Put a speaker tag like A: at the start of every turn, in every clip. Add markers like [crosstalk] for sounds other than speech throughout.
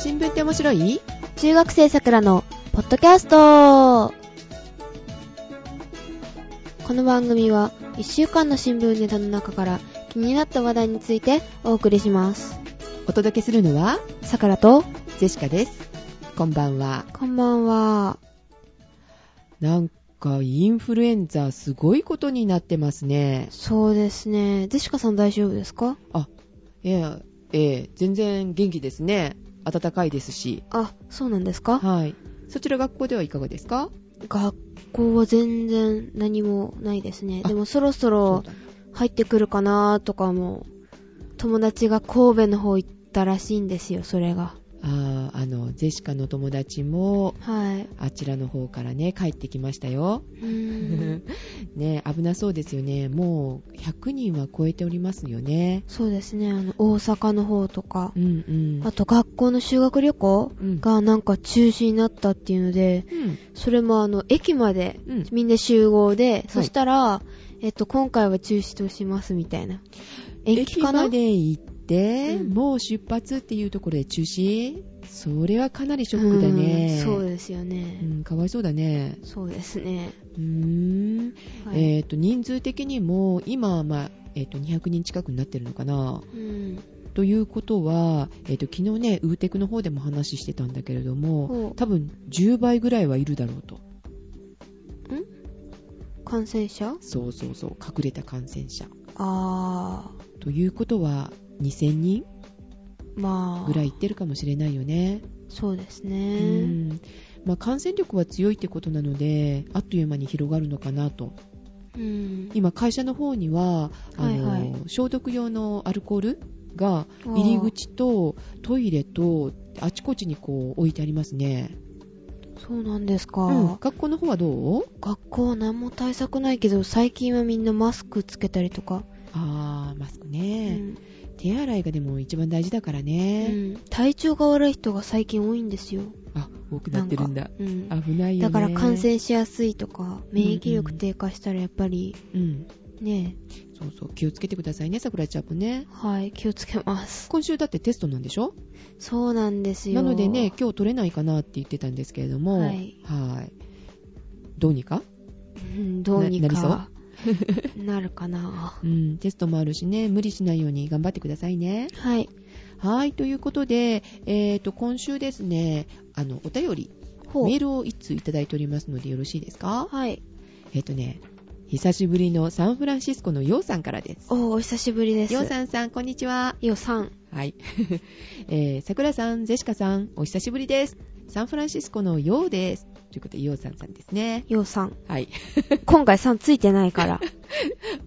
A: 新聞って面白い
B: 中学生さくらのポッドキャストこの番組は1週間の新聞ネタの中から気になった話題についてお送りします
A: お届けするのは
B: さくらと
A: ジェシカですこんばんは
B: こんばんは
A: なんかインフルエンザすごいことになってますね
B: そうですねジェシカさん大丈夫ですか
A: あいやええ全然元気ですね暖かいですし
B: あそうなんですか
A: はいそちら学校ではいかがですか
B: 学校は全然何もないですね
A: あ
B: でもそろそろ
A: そうだ
B: 入ってくるかなとかも友達が神戸の方行ったらしいんですよそれが
A: あーあのジェシカの友達も
B: はい
A: あちらの方からね帰ってきましたよ
B: う [laughs] ーん
A: [laughs] ね危なそうですよねもう100人は超えておりますよね
B: そうですねあの大阪の方とか
A: うんうん
B: あと学校の修学旅行
A: うん
B: がなんか中止になったっていうので
A: うん
B: それもあの駅まで
A: うん
B: みんな集合で、そしたら、えっと、今回は中止としますみたいな延期
A: 駅
B: かな
A: まで行って、
B: うん
A: もう出発っていうところで中止それはかなりショックだね
B: うんそうですよね、
A: うんかわいそうだね
B: そうですね、
A: うーん、
B: はい
A: えっ、と人数的にも今はまあえっと200人近くになってるのかな
B: うん
A: ということは、えっと昨日ねウーテクの方でも話してたんだけれど
B: ほ
A: も
B: う
A: 多分10倍ぐらいはいるだろうと
B: 感染者
A: そうそうそう隠れた感染者
B: あ
A: ということは2000人
B: ーまあ
A: ぐらいいってるかもしれないよね、
B: そうです
A: う
B: ね
A: んまあ、感染力は強いってことなのであっという間に広がるのかなと
B: うん
A: 今会社の方にはあの、
B: はいは
A: 消毒用のアルコールが入り口とトイレとあちこちにこう置いてありますね、
B: そうなんですか、
A: うん、学校の方はどう
B: 学校は何も対策ないけど最近はみんなマスクつけたりとか、
A: あーマスク
B: う
A: ね、
B: ん
A: 手洗いがでも一番大事だから
B: う
A: ね、
B: ん体調が悪い人が最近多いんですよ
A: あ多くなってるんだ
B: うん
A: 危ないよ
B: だ
A: ね
B: から感染しやすいとか免疫力低下したらやっぱり
A: うん
B: ね
A: そうそう気をつけてくださいねさくらちゃんもね
B: はい気をつけます
A: 今週だってテストなんでしょ
B: そうなんですよ
A: なのでね今日取れないかなって言ってたんですけれども
B: はい
A: はいどうにか、
B: うんどうに
A: なな
B: か [laughs] なるかな
A: うん、テストもあるしね無理しないように頑張ってくださいね
B: はい
A: はいということで、えー、と今週ですねあのお便り
B: ほう
A: メールを1通いただいておりますのでよろしいですか
B: はい
A: えっ、とね久しぶりのサンフランシスコのヨウさんからです
B: おーお久しぶりです
A: ヨウさんさんこんにちは
B: よさん
A: はい。 [laughs] えー、桜さん、ジェシカさん、お久しぶりです。サンフランシスコのようです。ということで、ようさんさんですね。
B: よさん
A: はい。
B: 今回さんついてな
A: [laughs]
B: いから、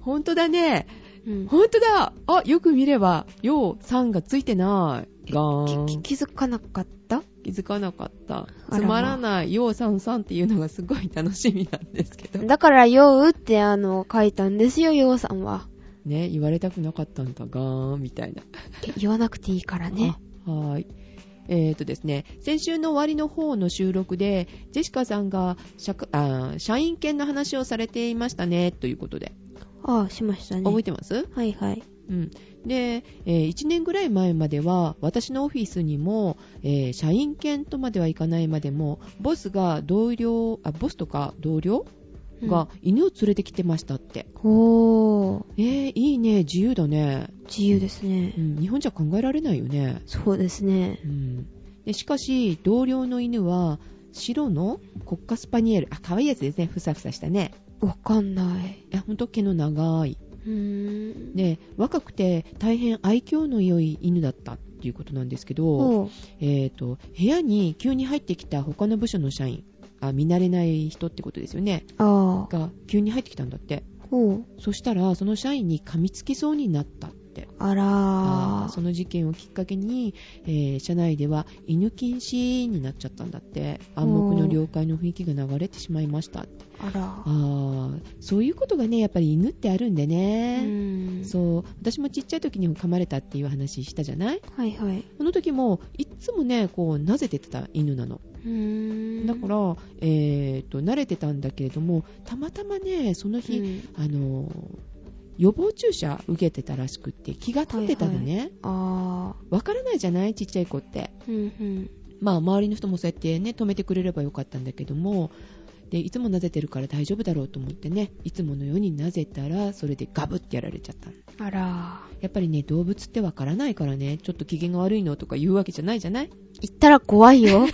A: ほんとだね。
B: うん、
A: ほんとだあ、よく見れば、ようさんがついてない。がー
B: き
A: ん。
B: 気づかなかった
A: 気づかなかった。
B: あらま
A: つまらない、ようさんさんっていうのがすごい楽しみなんですけど。
B: だから、ようってあの、書いたんですよ、ようさんは。
A: ね、言われたくなかったんだがーん、みたいな。
B: 言わなくていいからね。
A: あ。はーい。えーとですね、先週の終わりの方の収録で、ジェシカさんが社会あー社員犬の話をされていましたね、ということで。
B: ああ、しましたね。
A: 覚えてます
B: はいはい。
A: うん。で、え1年ぐらい前までは、私のオフィスにも、えー社員犬とまではいかないまでも、ボスが同僚、あ、ボスとか同僚
B: うん
A: が、犬を連れてきてましたって。
B: おー、
A: えーいいね、自由だね。
B: 自由ですね
A: う。ん、日本じゃ考えられないよね。
B: そうですね。
A: うん、でしかし同僚の犬は白のコッカスパニエルあ可愛いやつですねふさふさしたね
B: わかんない。
A: あほんと毛の長いう
B: ーん。
A: で若くて大変愛嬌の良い犬だったっていうことなんですけど、
B: おう
A: えー、と部屋に急に入ってきた他の部署の社員あ見慣れない人ってことですよね
B: ああ。
A: が急に入ってきたんだって
B: おう
A: そしたらその社員に噛みつきそうになったって
B: あらー。
A: その事件をきっかけに、えー社内では犬禁止になっちゃったんだって暗黙の了解の雰囲気が流れてしまいましたって
B: あら
A: あーそういうことがねやっぱり犬ってあるんで
B: ー。う
A: ね、
B: ーん。
A: そう私もちっちゃい時に噛まれたっていう話したじゃない
B: はいはい。
A: その時もいっつもねこうなぜてた犬なの
B: うーん。
A: だから、えー、と慣れてたんだけれどもたまたまねその
B: う
A: 日、
B: ん
A: あの予防注射受けてたらしくって気が立ってたのね
B: あ
A: わ、からないじゃないちっちゃい子って
B: ーうんうん
A: まあ周りの人もそうやってね止めてくれればよかったんだけどもでいつもなぜてるから大丈夫だろうと思ってねいつものようになぜたらそれでガブってやられちゃったの
B: あら
A: やっぱりね動物ってわからないからねちょっと機嫌が悪いのとか言うわけじゃないじゃない
B: 行ったら怖い [laughs] よ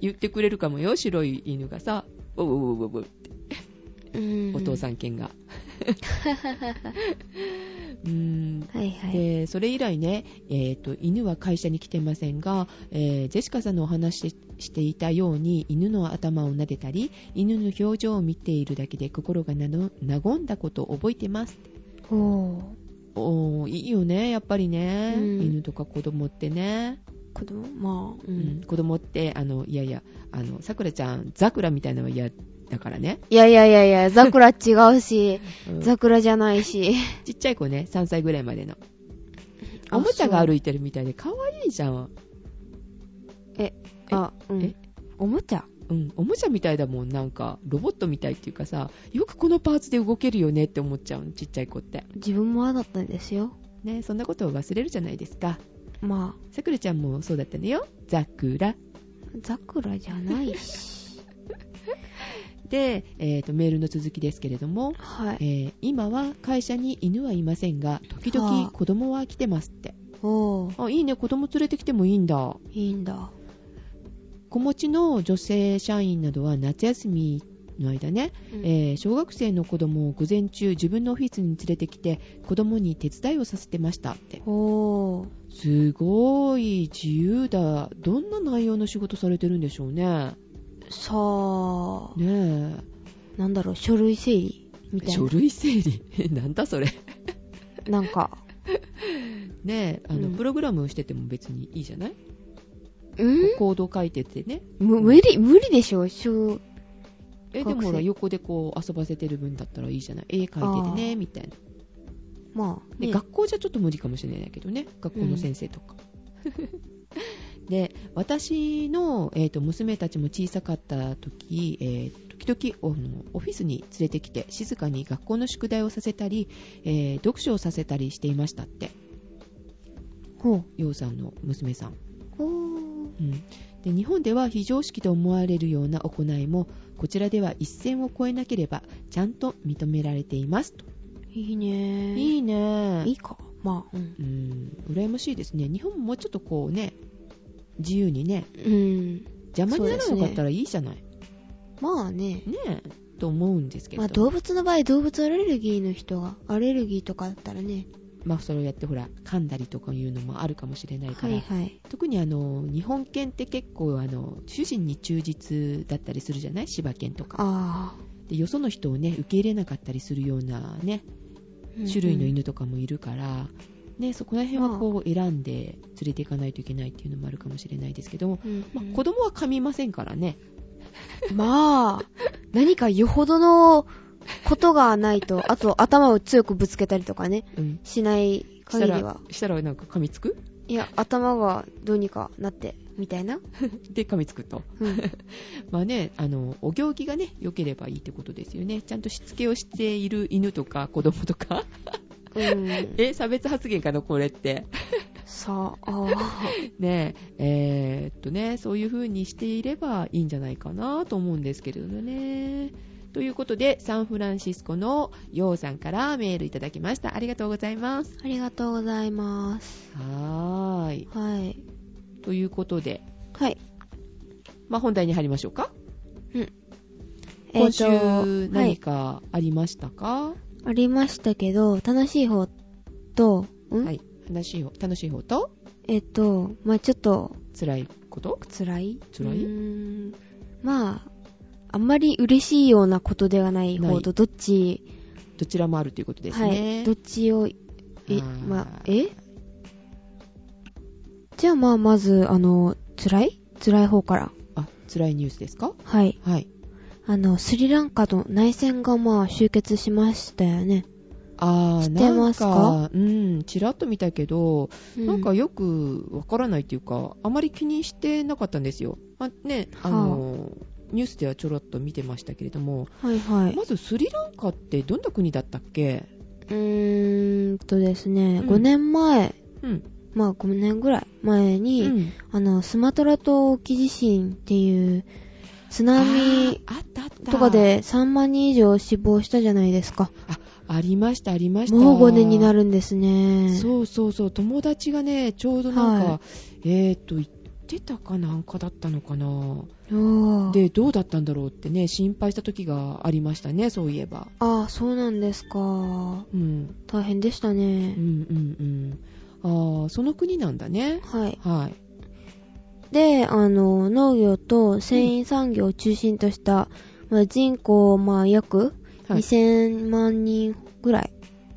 A: 言ってくれるかもよ白い犬がさ「おうおうおうおうお父さ
B: ん
A: ん犬
B: [laughs]
A: が。うーん
B: はいはい
A: でそれ以来ね、えーと、犬は会社に来てませんが、えージェシカさんのお話ししていたように犬の頭を撫でたり犬の表情を見ているだけで心がなの和んだことを覚えてます
B: おお
A: おーいいよねやっぱりね、
B: うん
A: 犬とか子供ってね、
B: 子供まあう、
A: うんん、子供ってあのいやいやあのさくらちゃんザクラみたいなのは嫌だからね、
B: いやいやいやい [laughs] やザクラ違うし
A: うん
B: ザクラじゃないし
A: ちっちゃい子ね3歳ぐらいまでのおもちゃが歩いてるみたいで可愛いじゃん
B: あそうあ、うん、
A: え
B: おもちゃ
A: うん、おもちゃみたいだもん、なんか、ロボットみたいっていうかさ、よくこのパーツで動けるよねって思っちゃうのちっちゃい子って。
B: 自分もああだったんですよ
A: ね、そんなことを忘れるじゃないですか。
B: ま
A: さくらちゃんもそうだったのよ。ザクラ。
B: あザクラじゃないし
A: で、えーと、メールの続きですけれども、
B: はい
A: えー今は会社に犬はいませんが、時々子供は来てますって。
B: おー
A: あ、いいね、子供連れてきてもいいんだ。
B: いいんだ
A: 子持ちの女性社員などは夏休みの間ね、
B: うん
A: えー小学生の子供を午前中自分のオフィスに連れてきて子供に手伝いをさせてましたって
B: おー
A: すごい自由だどんな内容の仕事されてるんでしょうね
B: さあ、
A: ね
B: なんだろう書類整理み
A: え
B: たい
A: 書
B: な
A: 類整理なんだそれ
B: なんか
A: ねえあの、
B: うん
A: プログラムしてても別にいいじゃない
B: うん
A: コード書いててね
B: む無理無理でしょ小
A: え
B: 学
A: でも
B: 生
A: ほら横でこう遊ばせてる分だったらいいじゃない絵描いてて
B: あ
A: ね
B: ー
A: みたいな
B: まあ、
A: で
B: ね
A: 学校じゃちょっと無理かもしれないけどね学校の先生とか、で私の、えー、と娘たちも小さかった時、えー時々あのオフィスに連れてきて静かに学校の宿題をさせたり、えー読書をさせたりしていましたって
B: ほう
A: ようさんの娘さん、
B: おー
A: うん、で日本では非常識と思われるような行いもこちらでは一線を越えなければちゃんと認められていますと、
B: いいねー
A: いいね
B: いいかまあうん、
A: うん、羨ましいですね。日本ももうちょっとこうね、自由にね、
B: うん、
A: 邪魔になら
B: そ
A: なか
B: うですね
A: ったらいいじゃない。
B: まあね
A: ねえ、と思うんですけれど。
B: まあ動物の場合動物アレルギーの人がアレルギーとかだったらね
A: まあそれをやってほら、噛んだりとかいうのもあるかもしれないか
B: は
A: ら。
B: いはい
A: 特にあの、日本犬って結構あの、主人に忠実だったりするじゃない柴犬とか。
B: ああ、
A: で、よその人をね、受け入れなかったりするようなね、
B: うん
A: 種類の犬とかもいるから、ね、そこら辺はこう選んで連れていかないといけないっていうのもあるかもしれないですけども、
B: うん
A: まあ子供は噛みませんからね。
B: まあ何かよほどのことがないとあと頭を強くぶつけたりとかね
A: うん。
B: しな
A: し
B: い
A: た
B: 限り
A: ら
B: は、
A: したらなんか噛みつく
B: いや頭がどうにかなってみたいな、
A: で、噛みつくと。
B: うん、
A: [laughs] まあね、あの、お行儀がね、良ければいいってことですよね。ちゃんとしつけをしている犬とか子供とか。
B: うん、
A: [laughs] え、差別発言かな、これって。 [laughs]
B: さああ
A: ねえ、えーっとね、そういう風にしていればいいんじゃないかなと思うんですけれどね。ということで、サンフランシスコのヨウさんからメールいただきました。ありがとうございます。
B: ありがとうございます。
A: はーい。
B: はい。
A: ということで、
B: はい。
A: まあ本題に入りましょうか。
B: えっ
A: 今
B: と
A: 週
B: は
A: 何
B: い。
A: かありましたか、
B: ありましたけど、楽しい方と、ん、
A: はい。楽しい方、楽しい方と、
B: えっと、まあちょっと、
A: 辛いこと
B: 辛い
A: 辛いう
B: ーんまああんまり嬉しいようなことではない方と、どっち、
A: どちらもあるということです
B: はい。
A: ね。
B: どっちを、
A: あ
B: え、
A: ー
B: まあ、えじゃあまあ、まず、あの、辛い辛い方から。
A: あ、辛いニュースですか
B: はい。
A: はい。
B: あの、スリランカの内戦がまあ終結しましたよね。
A: あー、
B: 知ってますか
A: なんか、うん、ちらっと見たけど、
B: う
A: なんかよくわからないっていうか、あまり気にしてなかったんですよ。あね、
B: はあ
A: あのーニュースではちょろっと見てましたけれども、
B: はいはい。
A: まずスリランカってどんな国だったっけ
B: うーんとですね、
A: うん
B: 5年前、
A: うん。
B: まあ5年ぐらい前
A: う
B: に、
A: ん
B: あの、スマトラ島沖地震っていう津波
A: あーあったあった。
B: とかで3万人以上死亡したじゃないですか。
A: ありました、ありました。
B: もう5年にな
A: る。
B: るんですね。
A: そうそうそう、友達がね、ちょうどなんか、
B: は
A: えっ、ー、と、行ってたかなんかだったのかな。
B: うわ
A: で、どうだったんだろうってね、心配した時がありましたね、そういえば。
B: ああ、そうなんですか。
A: うん、
B: 大変でした
A: うん、う
B: ね。
A: ん、うん。ああ、その国なんだね。
B: はい。
A: はい。
B: で、あの、農業と繊維産業を中心とした、まあ、人口、まあ、約
A: はい
B: 2000万人ぐらい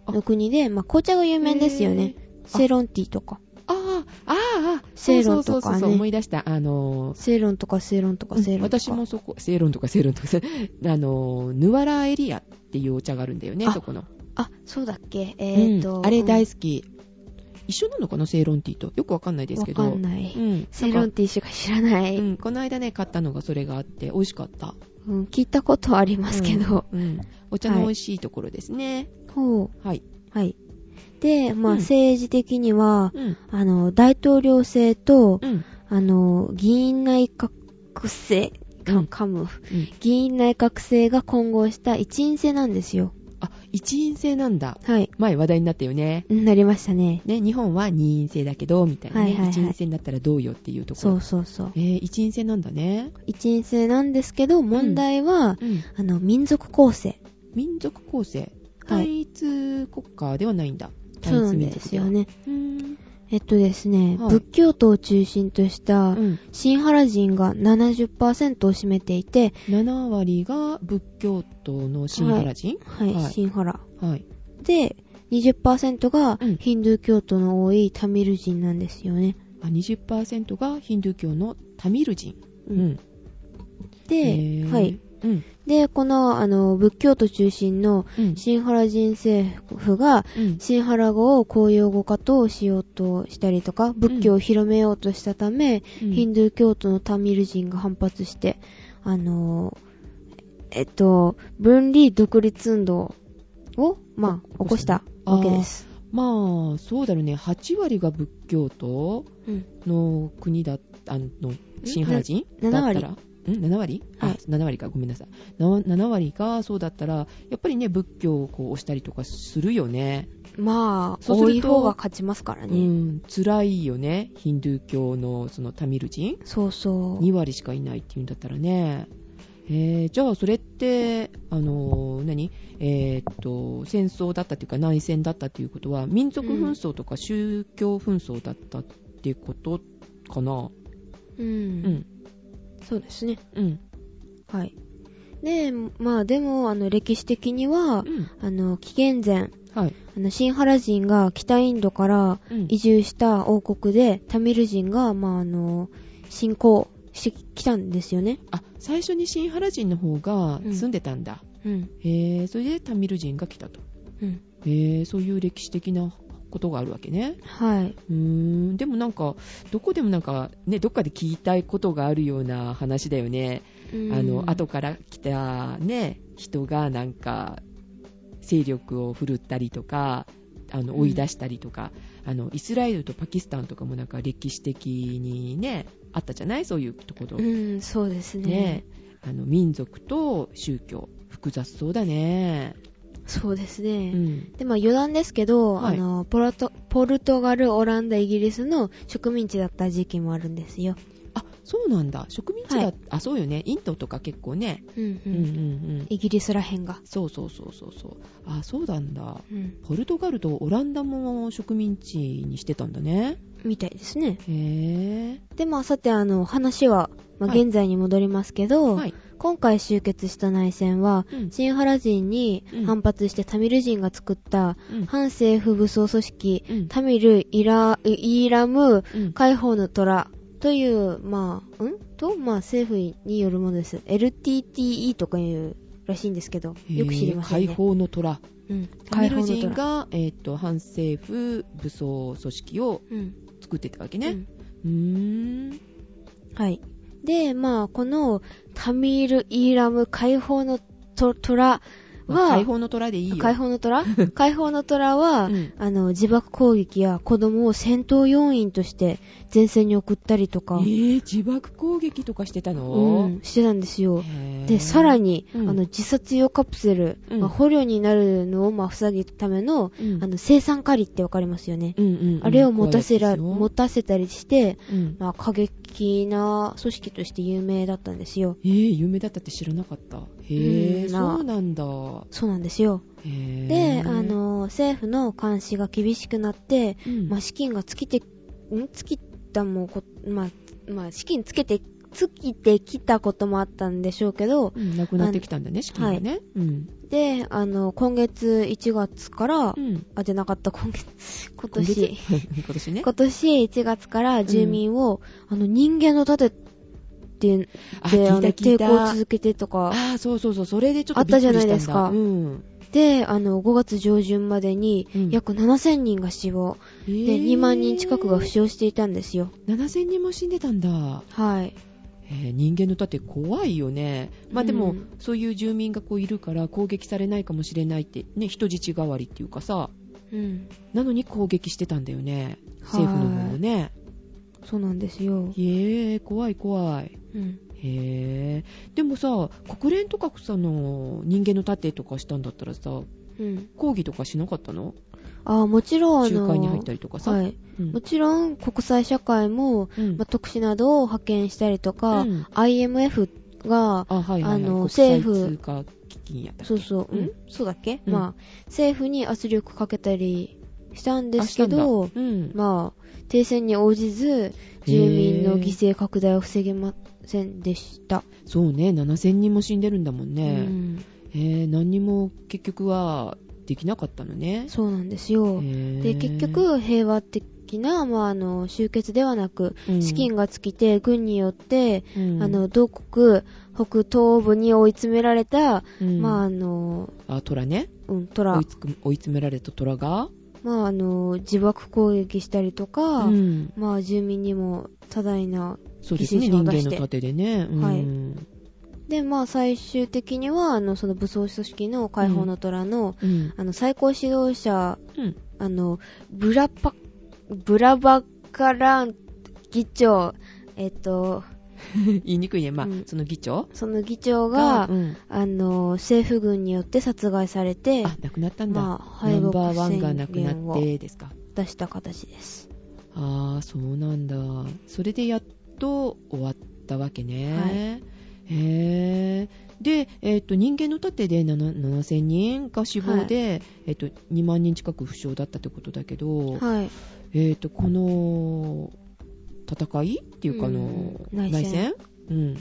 B: の国で、まあ、紅茶が有名ですよね。セイロンティーとか。
A: ああ、ああ、
B: セイロンとか
A: そう
B: ね
A: そうそうそう思い出した。あのー
B: セイロンとかセイロンとかセイロンとか。
A: 私もそこ、セイロンとかセイロンとか、 [laughs] あのー、ヌワラエリアっていうお茶があるんだよね、
B: あ
A: そこの。
B: あ、そうだっけえっ、と、
A: うんあれ大
B: 好
A: 好き。一緒なのかな、セイロンティーと。よくわかんないですけど。
B: わかんな
A: う
B: い。
A: ん。
B: セイロ
A: な
B: ン
A: んか
B: ティーしか知らない、
A: う
B: うん
A: ん、この間ね、買ったのがそれがあって、美味しかった。
B: 聞いたことはありますけど。
A: うん。うんお茶の美味しいところですね。
B: ほう。
A: はい。
B: はい。で、まあ、
A: うん
B: 政治的には、
A: うん。
B: あの、大統領制と、
A: うん。
B: あの、議員内閣制、
A: う
B: か、
A: ん
B: 噛む。
A: うん
B: 議員内閣制が混合した一員制なんですよ。
A: あ、一員制なんだ。
B: はい。
A: 前話題になったよね。
B: うんなりましたね。
A: ね、日本は二員制だけど、みたいな
B: はいはい
A: ね。
B: はい
A: 一員制になったらどうよっていうところ
B: そ。うそうそう。
A: えー、一員制なんだね。
B: 一員制なんですけど、問題は、
A: うん。
B: あの、民族構成。
A: 民族構成。
B: はい
A: 単一国家ではないんだ。
B: そ
A: 単
B: うな
A: 一民
B: んで
A: 族
B: す
A: で
B: よ
A: は。
B: ね。
A: うーん。
B: えっとですね、
A: はい
B: 仏教徒を中心とした、
A: うん。
B: 新原人が70%を占めていて、
A: 7割が仏教徒のシンガラ人
B: はい、
A: はい
B: 新原。
A: はい。
B: で、20%が
A: うん
B: ヒンドゥー教徒の多いタミル人なんですよね。
A: あ20%がヒンドゥー教のタミル人。
B: う
A: うんん。へ
B: で、
A: ー
B: はい。。
A: うん。
B: で、この、あの、仏教徒中心の
A: うん。
B: 新原人政府が、
A: うん
B: 新原語を公用語化としようとしたりとか、仏教を広めようとしたため、ヒンドゥー教徒のタミル人が反発して、あの、えっと、分離独立運動を、まあ、
A: お
B: 起こした
A: あー
B: わけです。
A: まあ、そうだろうね。8割が仏教徒
B: うん
A: の国だ、あの、シンハラ人
B: な
A: だったら。ん ?7 割、
B: はい
A: あ、7割か、ごめんなさい。な7割がそうだったら、やっぱりね、仏教をこう押したりとかするよね。
B: まあ、
A: そうす
B: 多
A: ると
B: い方が勝ちますから
A: う
B: ね。
A: ん、辛いよね。ヒンドゥー教のそのタミル人。
B: そうそう。
A: 2割しかいないっていうんだったらね。えー、じゃあそれって、あのー何えーっと、戦争だったというか内戦だったということは、民族紛争とか宗教紛争だったってことかな。う
B: う。
A: んん。
B: そうですね。
A: うん。
B: はい。で、まあでも、あの、歴史的に
A: う
B: は、
A: ん。
B: あの、紀元前、
A: はい。
B: あの、新原人が北インドから
A: うん
B: 移住した王国で、タミル人が、まああの、侵攻してきたんですよね。
A: あ、最初に新原人の方が
B: うん
A: 住んでたんだ。
B: うん。
A: へえ、それでタミル人が来たと。
B: うん。
A: へえ、そういう歴史的なことがあるわけね。
B: はい。
A: うーん。でもなんか、どこでもなんか、ね、どっかで聞いたいことがあるような話だよね。
B: うん
A: あの、後から来たね、人がなんか、勢力を振るったりとか、あ
B: う
A: の、
B: ん
A: 追い出したりとか、あの、イスラエルとパキスタンとかもなんか歴史的にね、あったじゃないそういうところ。
B: うん、そうですね
A: ね。あの、民族と宗教、複雑そうだね。
B: そうです
A: う
B: ね。
A: ん。
B: で、まあ余談ですけど、
A: はい
B: あの、ポルト、ポルトガル、オランダ、イギリスの植民地だった時期もあるんですよ。
A: あ、そうなんだ。植民地だ、
B: はい
A: あ、そうよね。インドとか結構ね。
B: うんう。
A: うんんうんうん。
B: イギリスらへんが。
A: そうそうそうそうそう。あ、そうなんだ。
B: うん。
A: ポルトガルとオランダも植民地にしてたんだね。
B: みたいですね。
A: へえ。
B: で、まあさて、あの、話は、まあ
A: はい
B: 現在に戻りますけど、
A: はい。
B: 今回集結した内戦は、
A: うん
B: 新原人に反発してタミル人が作った
A: うん
B: 反政府武装組織、
A: うん
B: タミル・イラ、イラム
A: うん
B: 解放の虎という、まあ、んと、まあ、政府によるものです。LTTE とかいうらしいんですけど、よく知りません
A: へー
B: ね。
A: 解。放の虎。
B: うん。
A: タミ
B: 解
A: ル
B: 放の
A: 人
B: 虎。
A: が、えっ、と、反政府武装組織を
B: うん。
A: 作ってたわけ
B: う
A: ね。
B: ん
A: うーん。
B: はい。で、まあ、このタミール・イーラム解放のと虎
A: まあ
B: は、
A: 解放の虎でいいよ。
B: 解放
A: [laughs]
B: の虎解放の虎は、
A: うん
B: あの、自爆攻撃や子供を戦闘要員として前線に送ったりとか
A: え、ー、自爆攻撃とかしてた
B: う
A: の
B: ん、してたんですよ。で、
A: で
B: さら、に、
A: うん
B: あの、自殺用カプセル、
A: うん
B: まあ捕虜になるのを、まあ、防ぐための、
A: うん
B: あの、生産カリってわかりますよね。
A: うんうんうん
B: あれを持たせら、
A: 怖
B: 持
A: い
B: たせたりして、
A: ですようん
B: まあ、過激な組織として有名だったんですよ。
A: えー、有名だったって知らなかった。へ
B: う
A: え、
B: んまあ
A: そうなんだ。
B: そうなんですよ。
A: へー
B: で、あ、の、政府の監視が厳しくなって、
A: うん
B: まあ、資金が尽きて、ん尽きたもんこ、まあ、まあ、資金つけて、尽きてきたこともあったんでしょうけど、
A: うん、なくなってきたんだね、資金がね。うん。
B: で、あの、今月1月から、
A: うん。
B: あ、じゃなかった、今
A: [laughs]
B: 月、今
A: 今月
B: 年、
A: 今年ね。
B: 今年1月から住民を、あの、人間の盾って、で、
A: あ、
B: あ
A: 聞
B: の、
A: いた聞い
B: 抵抗を
A: た。
B: 続けてとか、
A: あー、そうそうそう、それでちょっと
B: あったじゃないですか
A: びっくりしたんだ
B: で、あの、5月上旬までに、
A: うん。
B: 約7000人が死亡、
A: で、
B: で、2万人近くが負傷していたんですよ。
A: 7000人も死んでたんだ。
B: はい。
A: えー人間の盾怖いよね。まあでも、
B: うん
A: そういう住民がこういるから攻撃されないかもしれないって、ね、人質代わりっていうかさ、
B: うん。
A: なのに攻撃してたんだよね。
B: はい
A: 政府の方もね。
B: そうなんですよ。
A: へえ、怖い怖い。
B: うん。
A: へえ。でもさ、国連とかさ、の人間の盾とかしたんだったらさ、
B: うん。
A: 抗議とかしなかったの
B: あもちろん、あの、
A: 仲介に入ったりとかさ。
B: はい。
A: うん
B: もちろん、国際社会も、
A: うん
B: まあ、特使などを派遣したりとか、
A: うん
B: IMF が、
A: あ、はいはい、はい。
B: あの
A: 国際
B: 政
A: 通
B: 府
A: 貨基金やったっけ
B: そうそう、
A: うん
B: んそうだっけ、
A: うん
B: まあ、政府に圧力かけたりしたんで
A: あ
B: すけど
A: し、たんだうん。
B: まあ、停戦に応じず、住民の犠牲拡大を防げませんでした。
A: そうね、7000人も死んでるんだもん
B: う
A: ね。
B: ん、
A: えー、何にも結局はできなかったのね。
B: そうなんですよ。
A: で
B: で、結、局、平和的な、まあ、あの、終結ではなく、
A: うん
B: 資金が尽きて、軍によって、
A: うん
B: あ、の、同国、北東部に追い詰められた、
A: うん
B: まあ、あの、
A: あ、虎ね。
B: うん、トラ
A: 追い、つく追い詰められた虎が、
B: まあ、あの、自爆攻撃したりとか、
A: うん
B: まあ、住民にも多大な。
A: そうですね、
B: 犠牲者
A: 人
B: を出
A: 間
B: して
A: の盾でね。うん
B: はいで、まあ、最終的には、あの、その武装組織の解放の虎の、
A: うん
B: あの、最高指導者、
A: うん
B: あの、ブラパ、ブラバカラン議長、えっと、
A: 言いにくいね。まあ、
B: うん
A: その議長
B: その議長が、
A: うん
B: あの、政府軍によって殺害されて、
A: あ、亡くなったんだ。
B: まあ、
A: ナ
B: 敗
A: ンバー
B: 北
A: ワンが亡
B: 宣
A: くな
B: 言
A: っ
B: を
A: てですか。
B: 出した形です。
A: ああ、そうなんだ。それでやっと終わったわけね。へえ。で、えっ、と、人間の盾で7 7000人が死亡で、えっ、と、2万人近く負傷だったってことだけど、
B: はい。
A: えっ、と、この戦いっていうか、あの、
B: うん内戦
A: 内戦うん。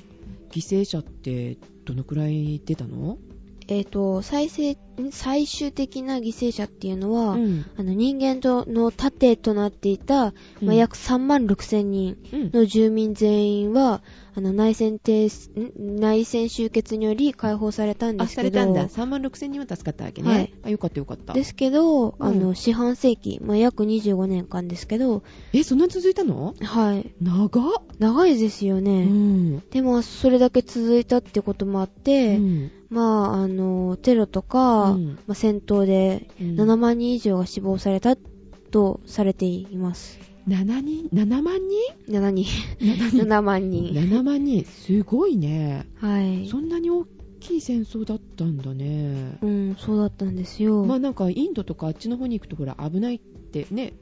A: 犠牲者ってどのくらい出たの
B: えっ、と、再生、ん最終的な犠牲者っていうのは、
A: うん
B: あの人間との盾となっていた、まあ、約3万6千人
A: うん
B: の住民全員は、あの内戦停止ん内戦終結により解放されたんで
A: あ、
B: す
A: さ
B: け
A: れたん
B: ど、
A: だ。3万6千人は助かったわけね。
B: はい
A: あ、よかったよかった。
B: ですけど、あ
A: う
B: の
A: ん
B: 四半世紀、まあ、約25年間ですけど、
A: え、そんな続いたの
B: はい、
A: 長っ、
B: 長いですよ
A: う
B: ね。
A: ん。
B: でも、それだけ続いたってこともあって、
A: うん
B: まあ、あの、テロとか、
A: うん
B: まあ、戦闘で
A: うん
B: 7万人以上が死亡されたとされています。
A: 7人 ?7 万人
B: 7人。7万人。
A: ?7 万人。すごいね。
B: はい。
A: そんなに大きい戦争だったんだね。
B: うん、そうだったんですよ。
A: まあなんかインドとかあっちの方に行くとほら危ないってね、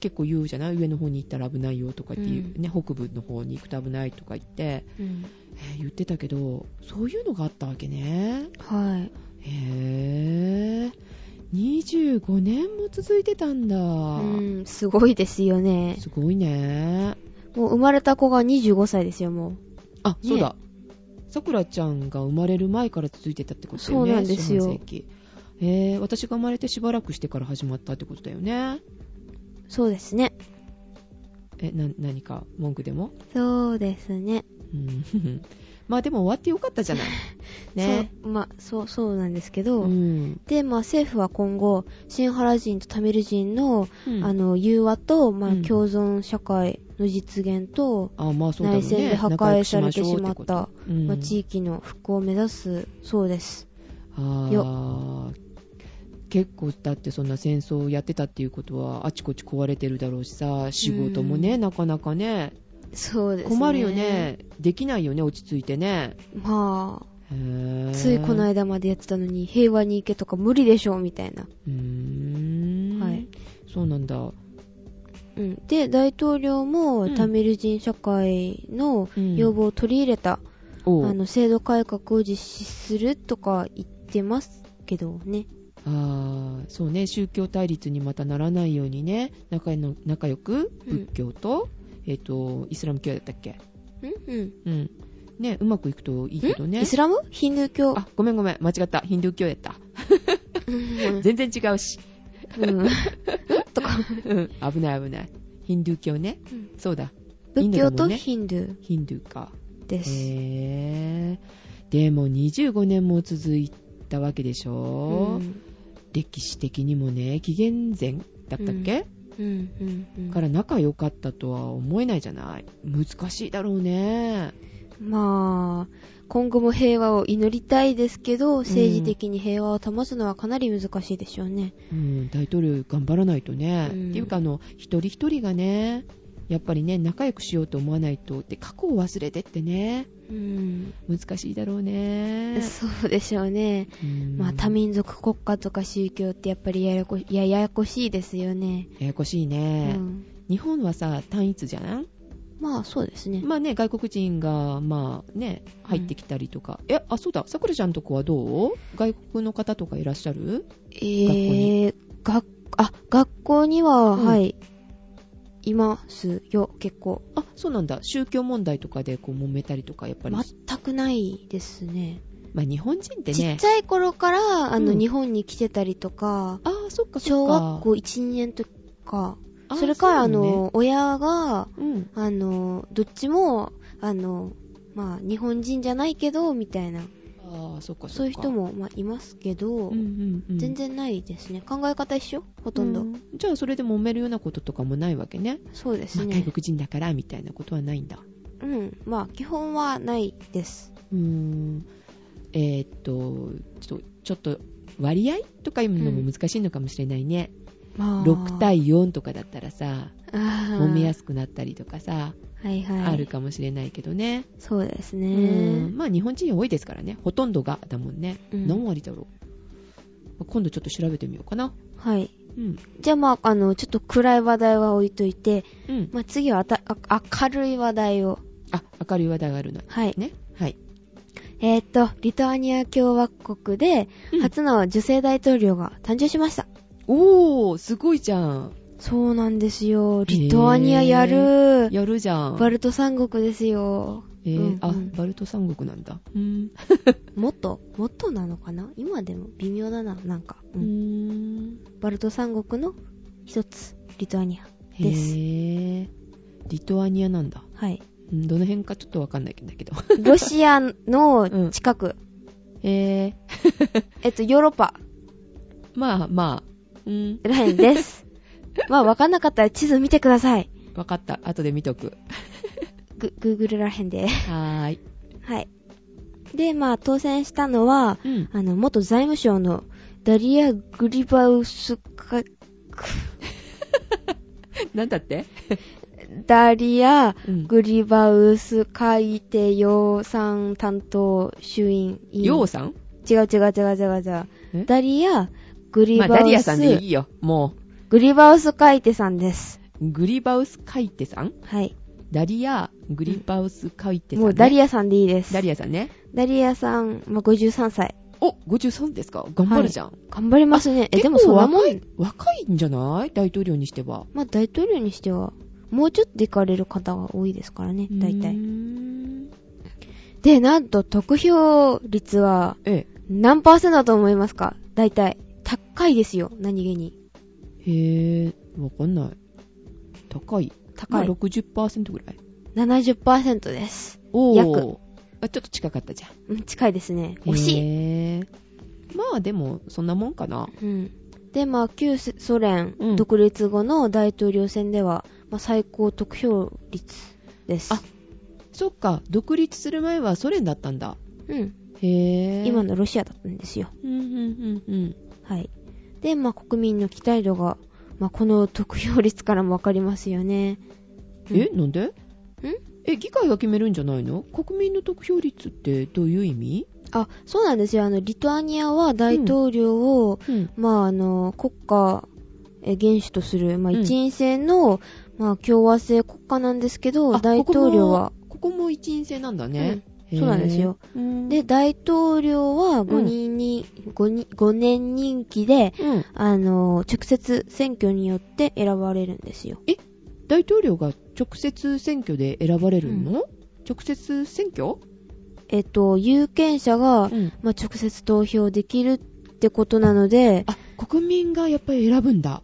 A: 結構言うじゃない上の方に行ったら危ないよとかっていう、
B: うん
A: ね、北部の方に行くと危ないとか言って、
B: うん
A: えー言ってたけど、そういうのがあったわけね。
B: はい。
A: へえ。25年も続いてたんだ。
B: うん、すごいですよね。
A: すごいね。
B: もう生まれた子が25歳ですよ、も
A: あ、そうだ。さくらちゃんが生まれる前から続いてたってことだよね。
B: そうなんですよ
A: 四半世紀えー、私が生まれてしばらくしてから始まったってことだよね。
B: う。そうですね。
A: え、な、何か文句でも
B: そうですね。
A: うん。 [laughs] まあでも終わってよかったじゃない。ね。
B: そう、まあ、そう、そうなんですけど、
A: ん。
B: で、まあ、政府は今後、シンハラ人とタミル人の、
A: うん
B: あの、融和と、まあ、
A: うん
B: 共存社会の実現と、
A: あまあそうだろう
B: 内
A: ね。
B: 戦で破壊されてしまっ
A: 仲
B: た、
A: 良くしましょうてこと、うん
B: まあ、地域の復興を目指すそうです。
A: ああ結構だってそんな戦争をやってたっていうことはあちこち壊れてるだろうしさ仕事もね、
B: うん
A: なかなかね
B: そうですね。
A: 困るよね。できないよね落ち着いてね
B: ま
A: へー
B: あ、ついこの間までやってたのに、平和に行けとか無理でしょ、みたいな。
A: うーん、
B: はい
A: そうなんだ
B: うん。で、大統領
A: う
B: も、
A: ん
B: タミル人社会の要望を取り入れた、
A: おう
B: あの、制度改革を実施するとか言ってますけどね。
A: あーそうね宗教対立にまたならないようにね仲の仲良く
B: うん
A: 仏教と、えっ、とイスラム教だったっけ
B: うんうん。
A: うんねうまくいくといいけど
B: ん
A: ね
B: イスラムヒンドゥー教。
A: あごめんごめん間違ったヒンドゥー教やった
B: うん
A: 全然違うし、 [laughs]
B: うん。とか。
A: うん、危ない危ないヒンドゥー教ねそうだイン
B: 仏
A: ドだ
B: 教
A: も
B: と
A: んね
B: ヒンドゥ
A: ヒンドゥーか
B: ーで
A: へ
B: す。
A: えでも25年も続いたわけでし
B: う
A: ょ、
B: ん。
A: 歴史的にもね紀元前だったっけ、
B: うんうんうん。
A: から仲良かったとは思えないじゃない難しいだろうね
B: まあ、今後も平和を祈りたいですけど、政治的に平和を保つのはかなり難しいでしょうね。
A: うん、大統領頑張らないとね、
B: うん
A: っていうかあの一人一人がねやっぱりね仲良くしようと思わないとで過去を忘れてってね
B: うん。
A: 難しいだろうね、
B: [laughs] そうでしょうね。
A: うん
B: まあ、多民族国家とか宗教ってやっぱりややこいやややこしいですよね。
A: ややこしいうね、
B: ん。
A: 日本はさ単一じゃん
B: まあ、そうですね。
A: まあね外国人がまあね入ってきたりとか、えあそうださくらちゃんとこはどう外国の方とかいらっしゃる
B: えー、学、あ、学校には、
A: うん
B: はい、いますよ、結構。
A: あそうなんだ宗教問題とかでこう揉めたりとかやっぱり、
B: 全くないですね。
A: まあ日本人って
B: ちっ
A: ね
B: ちゃい頃から、あの、
A: うん
B: 日本に来てたりとか、
A: あーそっかそ
B: 小
A: っか
B: 学校1、2年とか、
A: あー
B: それから、あ
A: うなね
B: の、親が、
A: うん
B: あの、どっちも、あの、まあ、日本人じゃないけど、みたいな、
A: ああそっかそっか
B: そういう人も、まあ、いますけど、
A: うんうんうん
B: 全然ないですね。考え方一緒ほとんど。
A: うんじゃあそれで揉めるようなこととかもないわけね
B: そうです
A: まあ
B: ね
A: 外。国人だからみたいなことはないんだ
B: うん。まあ、基本はないです。
A: うーんえーっとちょっとちょっと割合とかいうのも難しいのかもしれないね、
B: まあ、
A: 6対4とかだったらさ揉
B: 揉
A: めやすくなったりとかさ、
B: はいはい。
A: あるかもしれないけどね、
B: そうですね。
A: うんまあ日本人多いですからねほとんどがだもんね、
B: うん
A: 何割だろう今度ちょっと調べてみようかな
B: はい。
A: うん
B: じゃあまあ、あの、ちょっと暗い話題は置いといて、
A: うん
B: まあ次はあたあ明るい話題を。
A: あ明るい話題があるの
B: はい。
A: ねはい
B: えー、っと、リトアニア共和国で
A: うん
B: 初の女性大統領が誕生しました。
A: おーすごいじゃん
B: そうなんですよ。リトアニアやる。
A: やるじゃん
B: バルト三国ですよ。
A: えー
B: うん
A: あ
B: うん
A: バルト三国なんだうん
B: もっと、もっとなのかな今でも微妙だな、なんか。
A: う
B: うん
A: ーん
B: バルト三国の一つ、リトアニア。
A: へ
B: です
A: ーリトアニアなんだ
B: はい。
A: うんどの辺かちょっとわかんないんだけど
B: [laughs]
A: [laughs]
B: ロシアの近く、
A: へー
B: えっと、ヨーロッパ
A: まあまあうん
B: らへん [laughs] です。まあ、わかんなかったら地図見てください。
A: わかった後で見とく
B: グ、Google らへん
A: は
B: で。
A: ーい
B: はい。で、まあ、当選したのは、 [laughs]
A: うん
B: あの、元財務省のダリア・グリバウスカ、
A: なんだって
B: ダリア・
A: うん
B: グリバウス海底養蚕担当衆院委員。
A: ようさん
B: 違う違う違う違う違う
A: え。
B: ダリア・グリ
A: ま
B: バ
A: あ
B: ウス、
A: ダリアさんでいいよも
B: グリバウス海底さんです。
A: うグリバウスカイテさん
B: はい。
A: ダリアグリバウスカイテさん、ね
B: もうダリアさんでいいです。
A: ダリアさんね
B: ダリアさん、まあ、53歳。
A: お53ですか頑張るじゃん、
B: 頑張りますね。え、
A: 結
B: で
A: 構
B: もそんなも
A: 若
B: ん
A: い。若いんじゃない大統領にしては
B: まあ、大統領にしては、もうちょっと行かれる方が多いですからね、大
A: うー
B: 体。
A: ん
B: で、なんと、得票率は、
A: え
B: 何パーセントだと思いますか大体。高いですよ、何気に。
A: えへえわかんない高い
B: 高い
A: まあ、60%ぐらい
B: 70%です。
A: おー
B: 約
A: あちょっと近かったじゃん。
B: うん近いですね。惜しい。
A: へーまあでも、そんなもんかな。
B: うんで、まあ、旧ソ連
A: うん
B: 独立後の大統領選では、まあ、最高得票率です。
A: あそっか、独立する前はソ連だったんだ。
B: うん。
A: へえ。
B: 今。のロシアだったんですよ。
A: うんうんうんうん。
B: はい。で、まあ、国民の期待度が、まあ、この得票率からもわかりますよね。うん
A: え、なんでえ、議会が決めるんじゃないの国民の得票率ってどういう意味
B: あ、そうなんですよ。あの、リトアニアは大統領を、
A: うん。
B: まあ、あの、国家、え元首とする、まあ、
A: うん
B: 一員制の、まあ、共和制国家なんですけど、
A: あ
B: 大統領は、
A: ここもここも一員制なんだね。
B: うんそうなんですよ
A: へー。
B: で、
A: で、
B: 大統領は5
A: うん
B: 人に、5, 人5年任期で、
A: うん。
B: あの、直接選挙によって選ばれるんですよ。
A: 大統領が直接選挙で選ばれるの、直接選挙
B: えっと、有権者が、
A: うん。
B: まあ、直接投票できるってことなので、
A: あ、国民がやっぱり選ぶんだ。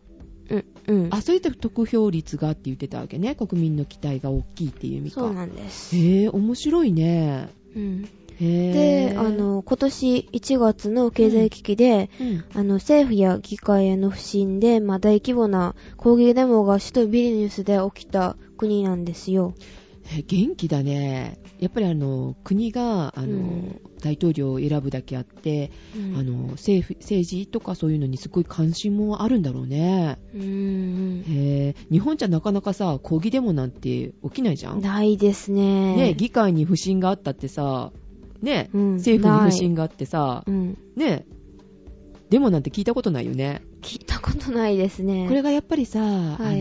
B: うん、うん。
A: あ、それで得票率がって言ってたわけね。国民の期待が大きいっていう意味か。
B: そうなんです。
A: へえ、面白いね。
B: うん。
A: へえ。
B: で、あ、の、今年1月の経済危機で、
A: うん。
B: あの、政府や議会への不信で、まあ、大規模な抗議デモが首都ビリニュスで起きた国なんですよ。
A: え元気だね。やっぱりあの、国が、あの、
B: うん
A: 大統領を選ぶだけあって、
B: うん
A: あの、政府、政治とかそういうのにすごい関心もあるんだろうね。
B: うんうん。
A: へえ、日本じゃなかなかさ、抗議デモなんて起きないじゃんね
B: ないですね。
A: 議会に不信があったってさ、ね、
B: うん
A: 政府に不信
B: な
A: があってさ
B: い、うん。
A: ね、デモなんて聞いたことないよね。
B: 聞いたことないですね。
A: これがやっぱりさ、
B: い
A: あ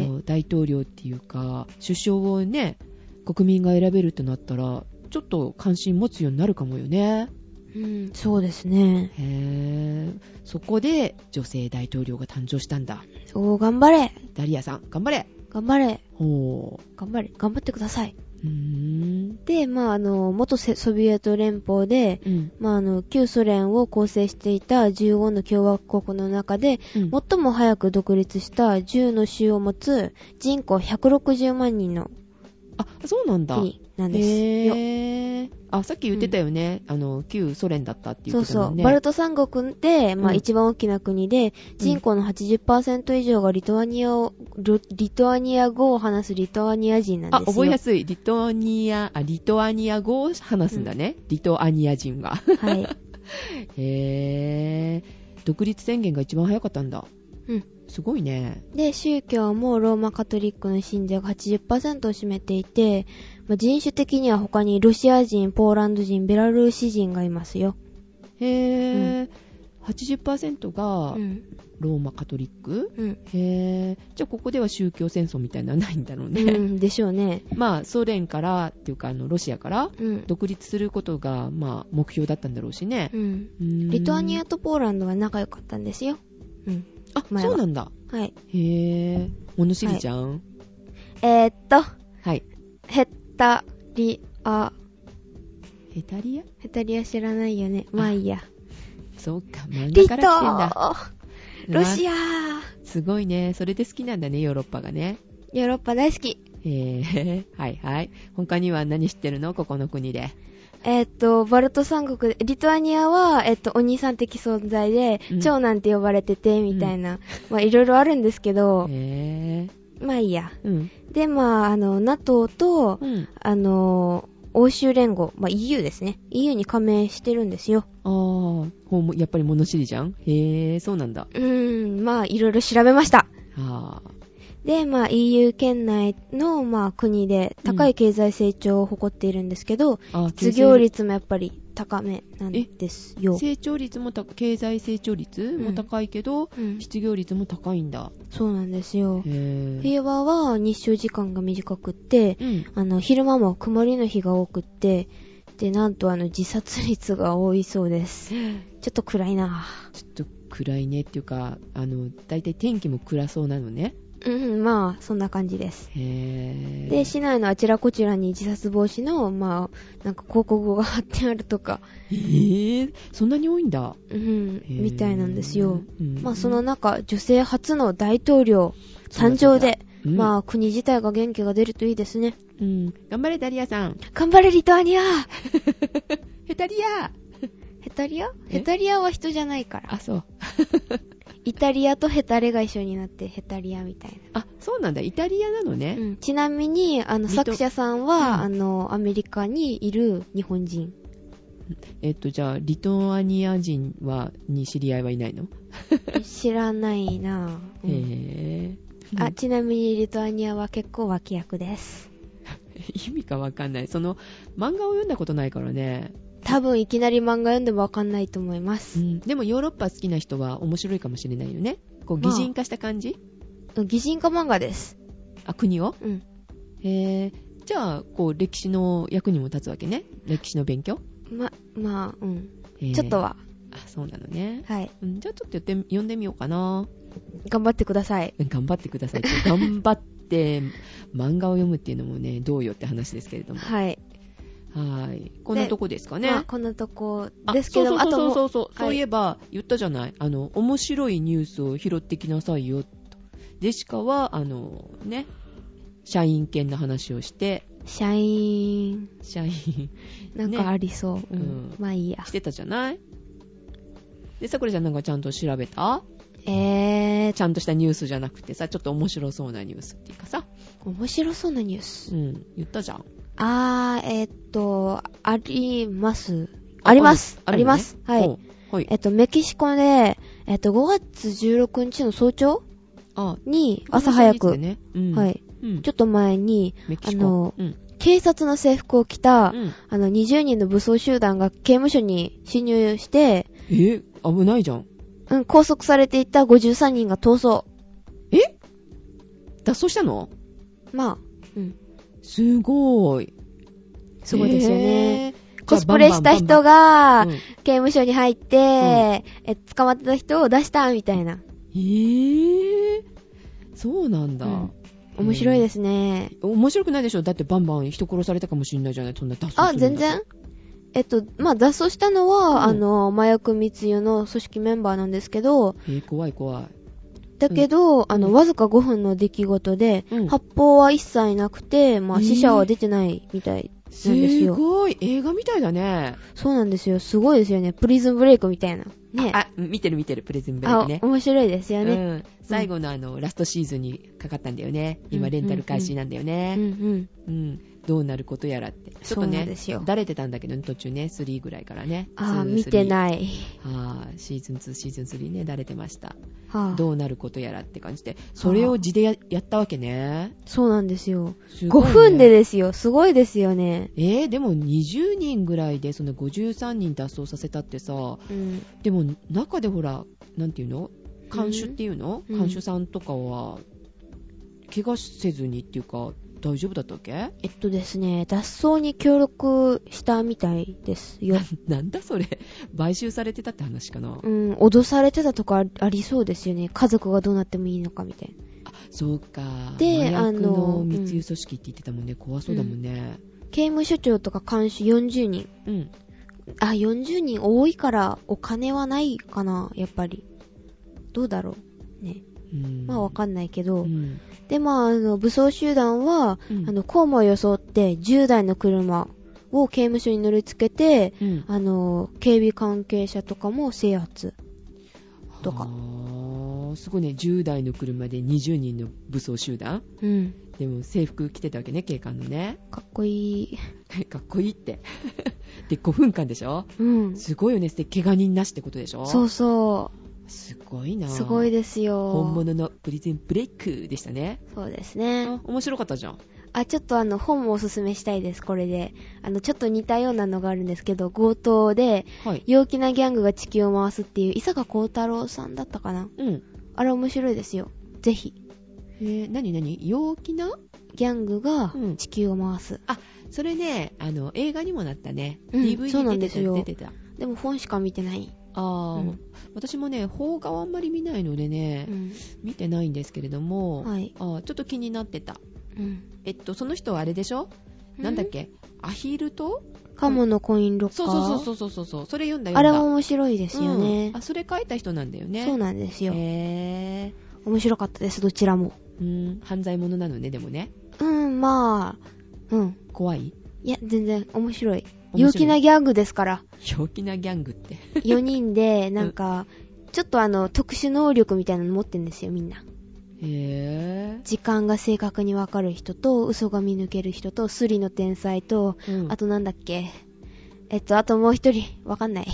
A: の大統領っていうか首相をね国民が選べるってなったらちょっと関心持つようになるかもよね
B: うん、そうですね。
A: へえそこで女性大統領が誕生したんだ
B: おー、頑張れ
A: ダリアさん頑張れ
B: 頑張れ
A: ほう
B: 頑張れ頑張ってください。
A: うーん
B: で、まあ、あの、元セソビエト連邦で、
A: うん
B: まあ、あの、旧ソ連を構成していた15の共和国の中で、
A: うん
B: 最も早く独立した10の州を持つ人口160万人の
A: あそうなんだ
B: 国なんですよ。
A: へえあさっき言ってたよね、あの旧ソ連だったっていう
B: そう
A: こと
B: そ
A: だも
B: う。
A: んね
B: バルト三国で、まあ、
A: うん
B: 一番大きな国で、人口の80%以上がリトアニアを、ルリトアニア語を話すリトアニア人なんです
A: あ
B: よ。
A: 覚えやすいリトアニアあリトアニア語を話すんだね、リトアニア人が
B: はい。
A: へえ独立宣言が一番早かったんだ
B: うん。
A: すごいね
B: で、宗教もローマカトリックの信者が80%を占めていて、まあ、人種的には他にロシア人、ポーランド人、ベラルーシ人がいますよ。
A: へえ、80%が
B: うん。
A: ローマカトリック、
B: うん。
A: へえじゃあここでは宗教戦争みたいなのはないんだろう
B: う
A: ね、
B: ん、でしょうね。
A: まあソ連からっていうかあのロシアから
B: うん。
A: 独立することがまあ目標だったんだろうしね
B: う、ん。
A: うーん
B: リトアニアとポーランドは仲良かったんですよ。うん。
A: あ
B: 前は
A: そうなんだ
B: はい。
A: へえ物知りじゃん
B: えー、っと、
A: はい、
B: ヘッタリア、
A: ヘタリア
B: ヘタリア知らないよね。まあいいや。
A: そうか漫
B: リ
A: 画から来てん
B: ト
A: だ
B: ーロシア
A: アすごいねそれで好きなんだねヨーロッパがね
B: ヨーロッパ大好き。
A: えー、 [laughs] はいはい。他には何知ってるのここの国で。
B: えーっと、バルト三国で、リトアニアは、えーっと、お兄さん的存在で、
A: うん
B: 長男って呼ばれてて、みたいな、まあ、いろいろあるんですけど、
A: えー、
B: まあいいや。
A: うん。
B: で、まあ、あの、NATO と、
A: うん。
B: あの、欧州連合、まあ、EU ですね。EU に加盟してるんですよ。
A: あー、ほんやっぱり物知りじゃんへー、そうなんだ。
B: うーん、まあ、いろいろ調べました。
A: あ
B: で、まあ、EU 圏内の、まあ、国で高い経済成長を誇っているんですけど、
A: ーあー。
B: 失業率もやっぱり高めなん
A: え
B: です
A: 経
B: よ
A: 済。成長率もた、経済成長率も高いけど、
B: うん、
A: 失業率も高いんだ。
B: そうなんですよ。
A: へー。
B: 平和は日照時間が短くって、
A: うん。
B: あの、昼間も曇りの日が多くって、で、なんとあの、自殺率が多いそうです。ちょっと暗いな
A: ちょっと暗いねっていうか、あの、大体天気も暗そうなのね。
B: うん、まあ、そんな感じです。
A: へー。
B: で、市内のあちらこちらに自殺防止の、まあ、なんか広告が貼ってあるとか、
A: えー、そんなに多いんだ。へ
B: うん、
A: ー
B: みたいなんですよ。。
A: うん
B: まあ、その中、女性初の大統領
A: そうだ
B: 誕生で、
A: うん
B: まあ、国自体が元気が出るといいですね。
A: うん。頑張れ、ダリアさん。
B: 頑張れ、リトアニア
A: ヘタリア
B: ヘタリア
A: え
B: ヘタリアは人じゃないから。
A: あ、そう。 [laughs]
B: イタリアとヘタレが一緒になって、ヘタリアみたいな。
A: あ、そうなんだ。イタリアなのね。
B: うんちなみに、あの、
A: リト
B: 作者さん
A: うん
B: は、あの、アメリカにいる日
A: [laughs]
B: 本人。
A: えっと、じゃあ、リトアニア人は、に知り合いはいないの、
B: 知らないなぁ、うん
A: へぇー。
B: あ、ちなみにリトアニアは結構脇役です。
A: [laughs] 意味かわかんない。その、漫画を読んだことないからね。
B: 多分いきなり漫画読んでもわかんないと思いま
A: う
B: す。
A: ん。でも、ヨーロッパ好きな人は面白いかもしれないよね。こう、
B: まあ
A: 擬人化した感じ、
B: うん、擬人化漫画です。
A: あ、国を
B: うん。
A: へぇー。じゃあ、こう、歴史の役にも立つわけね。歴史の勉強
B: ま、まあ、うん。
A: へー
B: ちょっとは、
A: あ、そうなのね。
B: はい。
A: うん、じゃあちょっとやって読んでみようかな。
B: 頑張ってください。
A: 頑張ってくださいって。頑張って漫画を読むっていうのもね、どうよって話ですけれども。は
B: はい。
A: ーい。こんなとこですかね。
B: まあ、こんなとこですけども、
A: あ
B: あ
A: そうそ
B: とも
A: うそうそうそうそう、
B: はい
A: そういえば言ったじゃない。あの、面白いニュースを拾ってきなさいよ。とでしかは、あの、ね、社員犬の話をして、
B: う、社員、
A: 社員
B: なん
A: ね
B: かありそう。うん
A: うん
B: まあいいや
A: し。てたじゃないで、さくらちゃんなんかちゃんと調べた
B: えー、
A: ちゃんとしたニュースじゃなくてさ、ちょっと面白そうなニュースっていうかさ、
B: 面白そうなニュース
A: う。ん、言ったじゃん。
B: あー、えーっと、あります。あります。あ
A: る
B: り
A: のね
B: ます。は。い。
A: おはい
B: え。っと、メキシコで、えっと、5月16日の早朝
A: あ、
B: に、朝早く、
A: ね。うん。
B: は。い。
A: うん。
B: ちょっと前に、
A: メキシコ。
B: あの
A: うん。
B: 警察の制服を着た、
A: うん
B: あの、20人の武装集団が刑務所に侵入して、
A: え、危ないじゃん。
B: うん、拘束されていた53人が逃走。
A: え脱走したの
B: まあ、うん。
A: すごい。
B: すごいですよね。
A: へー。
B: コスプレした人
A: が、
B: が
A: うん、
B: 刑務所に入って、え、捕まってた人を出した、みたいな。
A: えー、そうなんだ。
B: うん面白いですね。
A: 面白くないでしょだってバンバン人殺されたかもしれないじゃないそんな脱走する
B: あ、
A: んだ
B: 全然。えっと、まあ、脱走したのは、
A: うん
B: あの、麻薬密輸の組織メンバーなんですけど、
A: えー、怖い怖い。
B: だけど、あの、わずか5分の出来事で、
A: うん
B: 発砲は一切なくて、まあ、
A: えー
B: 死者は出てないみたい
A: す
B: なんですよ。
A: ごい。映画みたいだね。
B: そうなんですよ。すごいですよね。プリズンブレイクみたいな。ね。
A: あ、見てる見てる、プレゼンベ
B: あ
A: ルね。
B: 面白いですよ
A: う
B: ね。
A: ん、最後のあのラストシーズンにかかったんだよね、今、
B: うん
A: レンタル開始なんだよ
B: う
A: ね、
B: ん
A: うんどうなることやらって、ちょっと
B: そうなん
A: ね
B: ですよ、
A: だれてたんだけどね、途中ね、3ぐらいからね、
B: ああ、
A: 2
B: 見て
A: い
B: ない。
A: はいシーズン2、シーズン3ね、だれてました、
B: はあ、
A: どうなることやらって感じで、それを字でややったわけね、
B: そうなんですよ。
A: すごいね
B: 5分でですよ。すごいですよね。
A: えー、でも20人ぐらいで、その53人脱走させたってさ、
B: うん。
A: でも中でほら、なんていうの看守っていうの、
B: うん
A: 看守さんとかは、怪我せずにっていうか、大丈夫だったわけ [laughs]
B: えっとですね、脱走に協力したみたいです [laughs] よ。
A: なんだそれ、買収されてたって話かな。
B: うん、脅されてたとかありありそうですよね。家族がどうなってもいいのかみたいな。
A: そうか。麻
B: で
A: 薬
B: あ
A: の
B: の
A: 密輸組織って言ってたもんね、怖そうだもんね。
B: 刑務所長とか看守40人。
A: うん。
B: あ、40人多いからお金はないかな、やっぱり。どうだろう。ね。
A: うん
B: まあわかんないけど。
A: うん
B: で、まあ、あの、武装集団は、
A: うん
B: あの、公務を装って10台の車を刑務所に乗り付けて、
A: うん
B: あの、警備関係者とかも制圧。とか
A: あーすごいね、10台の車で20人の武装集団。
B: うん。
A: でも制服着てたわけね、警官のね。 [laughs]
B: かっこいい。
A: かっこいいって。 [laughs] で、5分間でしょ
B: うん。
A: すごいよね。で、怪我人なしってことでしょ
B: そうそ
A: すごいな。
B: う。すごいですよ。
A: 本物のプリズンブレイクでしたね。
B: そうですね
A: あ。面白かったじゃん。
B: あ、ちょっとあの、本もおすすめしたいです、これで。あの、ちょっと似たようなのがあるんですけど、強盗で、
A: はい。
B: 陽気なギャングが地球を回すっていう、伊坂幸太郎さんだったかな
A: うん。
B: あれ面白いですよ。ぜひ。
A: えー、なになに陽気な
B: ギャングが
A: うん
B: 地球を回す。
A: それね、あの、映画にもなったね。
B: うん
A: DVD
B: そうな
A: 出
B: ん
A: て
B: です
A: た、
B: よ
A: 出てた。
B: でも本しか見てない。
A: あー、
B: うん
A: 私もね、邦画はあんまり見ないので
B: う
A: ね、
B: ん。
A: 見てないんですけれども、
B: はい。
A: あーちょっと気になってた。
B: うん。
A: えっと、その人はあれでしょ、なんだっけアヒルと
B: カモのコインロッカ
A: そ
B: ー。
A: うそうそうそうそうそう。それ読んだ読んだ。
B: あれは面白いですよ
A: う
B: ね
A: んあ、。それ書いた人なんだよね。
B: そうなんですよ。
A: へー
B: 面白かったです、どちらも。
A: うーん、犯罪者なのね、でもね。
B: うん、まあ、うん。
A: 怖い
B: いや、全然面白い。
A: 面
B: 陽
A: 白い
B: 気なギャングです [laughs] から。
A: 陽気なギャングって。
B: 4人で、なんか、ちょっとあの、特殊能力みたいなの持ってんですよ、みんな。
A: へ
B: 時間が正確にわかる人と、嘘が見抜ける人と、スリの天才と、
A: ぇー。うん、
B: あとなんだっけ。えっと、あともう一人、わかんない。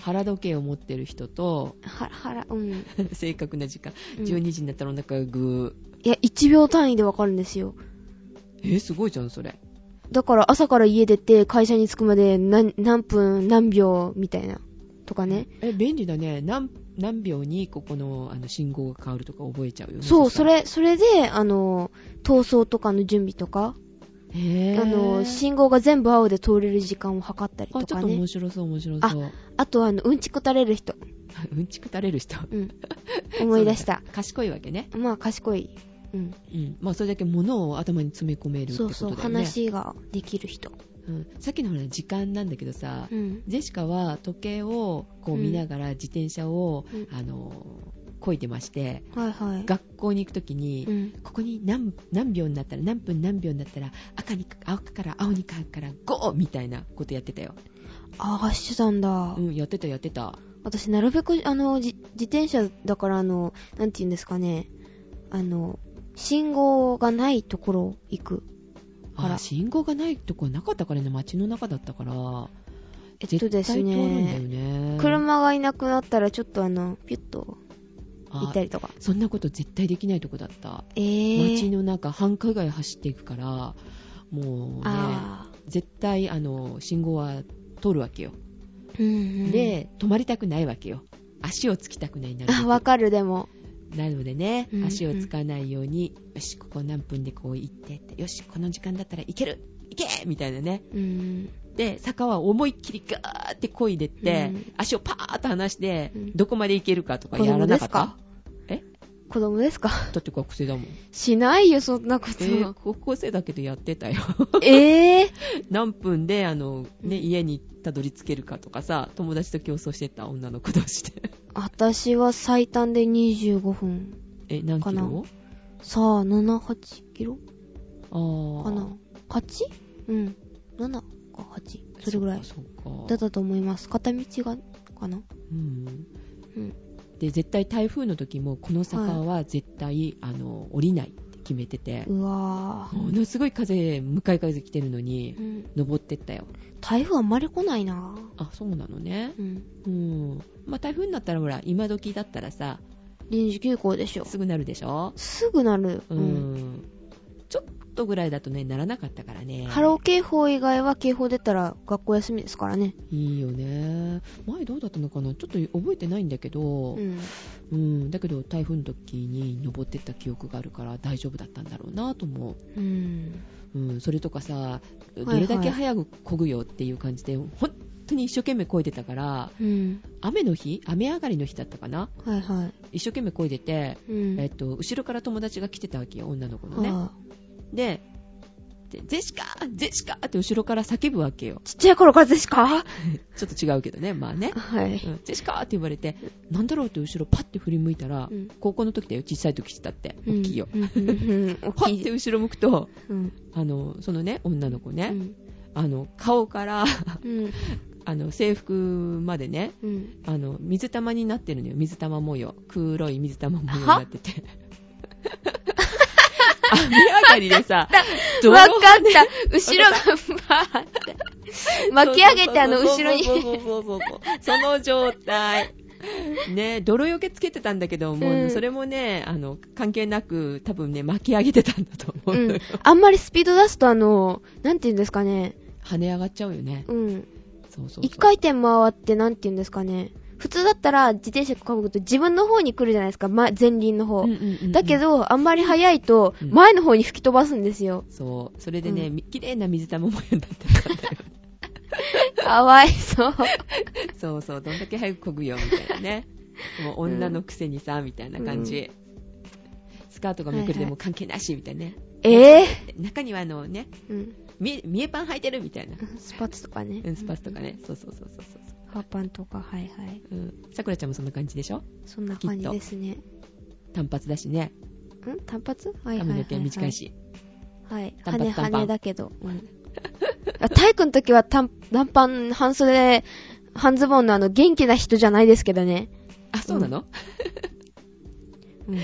A: 腹時計を持ってる人と、 [laughs]
B: は、はら、うん。
A: 正確な時間、
B: うん
A: 12時になったらお腹がグ
B: いや、1秒単位でわかるんですよ。
A: ー。えー、すごいじゃん、それ。
B: だから朝から家出て会社に着くまで何何分何秒みたいなとかね。
A: え、便利だね。何、何秒にここの、あの、信号が変わるとか覚えちゃうよね。
B: そう、そ
A: したら。
B: れ、それで、あの、逃走とかの準備とか、
A: へぇー。
B: あの、信号が全部青で通れる時間を測ったりと
A: あ、ちょ
B: か
A: っと
B: ね
A: 面。白そう、面白そう。
B: あと、あの、うんちくたれる人。
A: うんちく垂れる人。 [laughs]
B: うん。思い出した。
A: 賢いわけね。
B: まあ、賢い。うん。
A: うん。まあ、それだけ物を頭に詰め込めるって
B: そ
A: こと
B: う
A: だ
B: そ
A: よ
B: う、
A: ね。
B: 話ができる人。
A: うん、さっきのほら時間なんだけどさ、
B: うん。
A: ジェシカは時計をこう見ながら自転車を、
B: うん
A: あのこいでまして
B: はいはい。
A: 学校に行くときに、
B: うん。
A: ここに何何秒になったら何分何秒になったら赤に青から青に変わるからゴーみたいなことやってたよ、
B: あ、走ってたんだ
A: う。ん、やってたやってた
B: 私なるべくあのじ自転車だからあのなんて言うんですかねあの信号がないところ行くあ
A: あ
B: ら
A: 信号がないとこなかったからね街の中だったから
B: えっと
A: 絶
B: で
A: 対
B: す
A: 通るんだよ
B: ね
A: ね
B: 車がいなくなったらちょっとあのピュッと行
A: あ
B: ったりとか
A: そんなこと絶対できないとこだった
B: え
A: 街
B: ー、
A: の中繁華街走っていくからもうね
B: あ
A: 絶対あの信号は通るわけよ、
B: ーうんうん
A: で止まりたくないわけよ足をつきたくないなるべ
B: あ
A: く
B: わかるでも
A: なのでね、
B: うんうん
A: 足をつかないようによしここ何分でこう行ってってよしこの時間だったらいけるいけみたいなね
B: うん
A: で坂は思いっきりガーってこいでって、
B: うん
A: 足をパーッと離して、
B: うん
A: どこまで行けるかとか
B: 子
A: やら
B: 供で
A: なか
B: す
A: っ
B: か
A: たえ
B: 子供ですか [laughs]
A: だって学生だもん、
B: しないよそんなこ
A: え
B: と、
A: ー高校生だけどやってたよ
B: えー、
A: 何分であの、ね、
B: うん
A: 家にたどり着けるかとかさ友達と競争してた女の子同士で
B: 私は最短で25分
A: [laughs] え何キ
B: かな
A: ロ
B: さあ78キロ
A: あー
B: かな 8? うん7か8それぐらい
A: そうかそうか
B: だったと思います片道がかな
A: うん
B: うん
A: で絶対台風の時もこの坂は絶対、あの降りないって決めてて
B: うわ
A: ものすごい風向かい風来てるのに
B: ぁ、うん、
A: 登ってったよ
B: 台風あんまり来ないなぁ
A: あそうなのね
B: うん
A: うんまあ台風になったらほら今時だったらさ
B: 臨時休校でしょ
A: すぐなるでしょ
B: すぐなる、
A: う、
B: うんん
A: ちょっとぐらいだとねならなかったからね
B: 波浪警報以外は警報出たら学校休みですからね
A: いいよね前どうだったのかなちょっと覚えてないんだけど、
B: うん
A: うん、だけど台風の時に登ってった記憶があるから大丈夫だったんだろうなと思
B: うん
A: う、うん、それとかさ
B: い
A: どれだけ早く漕ぐよっていう感じで、本当に一生懸命漕いでたから
B: うん
A: 雨の日雨上がりの日だったかな
B: はいはい
A: 一生懸命漕いでて、
B: うん
A: えっと、後ろから友達が来てたわけよ女の子のね、
B: はあ
A: ででジェシカジェシカって後ろから叫ぶわけよ [laughs]
B: ちっちゃい頃からですか
A: ちょっと違うけどねまあね
B: はい、
A: うん [laughs] ジェシカーって言われて、なんだろうって後ろパッて振り向いたら、
B: うん
A: 高校の時だよ、小さい時してたって、大きいよ。
B: うんうんうんうん
A: パ
B: 大
A: ッ
B: き
A: て
B: い、
A: 後ろ向くと、
B: うん
A: あの、そのね、女の子
B: う
A: ね、
B: ん
A: あの、顔から、 [laughs]
B: うん
A: あの、制服までね、
B: うん
A: あの、水玉になってるのよ、水玉模様。黒い水玉模様になって
B: [laughs]
A: て。雨上がりでさ、泥
B: わかった。後ろが、バーって。巻き上げて、あの、後ろに。
A: そうそうそうそうそうその状
B: [laughs]
A: 態。ね、泥よけつけてたんだけど、もううんそれもね、あの、関係なく、多分ね、巻き上げてたんだと思う
B: う
A: のよ、
B: ん。あんまりスピード出すと、あの、なんて言うんですかね。
A: 跳ね上がっちゃうよね。
B: うん。
A: そうそうそう。
B: 一回転回って、なんて言うんですかね。普通だったら、自転車かぶると自分の方に来るじゃないですか。ま、前輪の方
A: うん。うんうんうん
B: だけ、ど、あんまり速いと、
A: うん
B: 前の方に吹き飛ばすんですよ。
A: そう、それでね、
B: う
A: み綺麗な水玉模様になってたんだよ。
B: かわいそう。
A: [laughs] そうそう、どんだけ早く漕ぐよ、みたいなね。もう女のくせにさ、みたいな感じ。スカートがめくれても関係なし、みたいなね。
B: ええ
A: 中にはあのね、
B: うん。
A: み見えパン履いてるみたいな。
B: スパッツとかね
A: う。ん、スパスとかね。そうそうそうそうそう。
B: ハーパンとか、はいはい。
A: うん、さくらちゃんもそんな感じでしょ
B: そんな感じですね。
A: 単発だしね。
B: ん単発はいはいはい、はい。
A: 髪の毛短い。し。
B: はい。
A: 短髪
B: 羽、
A: 短パン
B: 羽だけど。あ [laughs] 体育の時は短短パン、半袖、半ズボンのあの、元気な人じゃないですけどね。
A: あ、そうなの、
B: うん。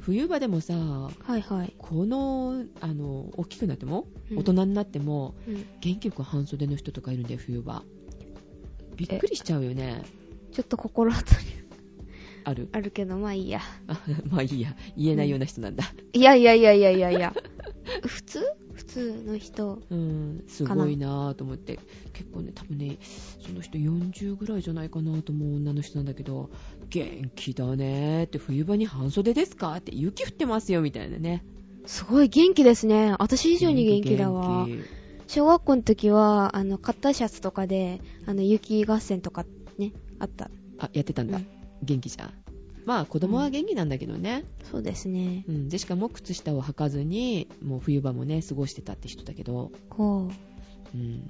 A: 冬場でもさ、
B: はいはい。
A: この、あの、大きくなっても、
B: うん
A: 大人になっても、
B: うん
A: 元気よく半袖の人とかいるんだよ、冬場。びっくりしちゃうよね。
B: ちょっと心当たり
A: ある
B: あるけど、まあいいや。
A: あ [laughs] まあいいや、言えないような人なんだ。
B: いやいやいやいやいやいや。 [laughs] 普通普通の人。
A: うん、すごいなぁと思って。結構ね、多分ね、その人40ぐらいじゃないかなと思う女の人なんだけど、元気だねーって、冬場に半袖ですかって、雪降ってますよ、みたいなね。
B: すごい元気ですね。私以上に元気だわ。
A: 元気
B: 小学校の時は、あの、カッターシャツとかで、あの、雪合戦とかね、あった。
A: あ、やってたんだ。
B: うん
A: 元気じゃん。まあ、子供は元気なんだけどね。
B: そうですね。
A: うん、ジェシカも靴下を履かずに、もう冬場もね、過ごしてたって人だけど、
B: こ
A: うん。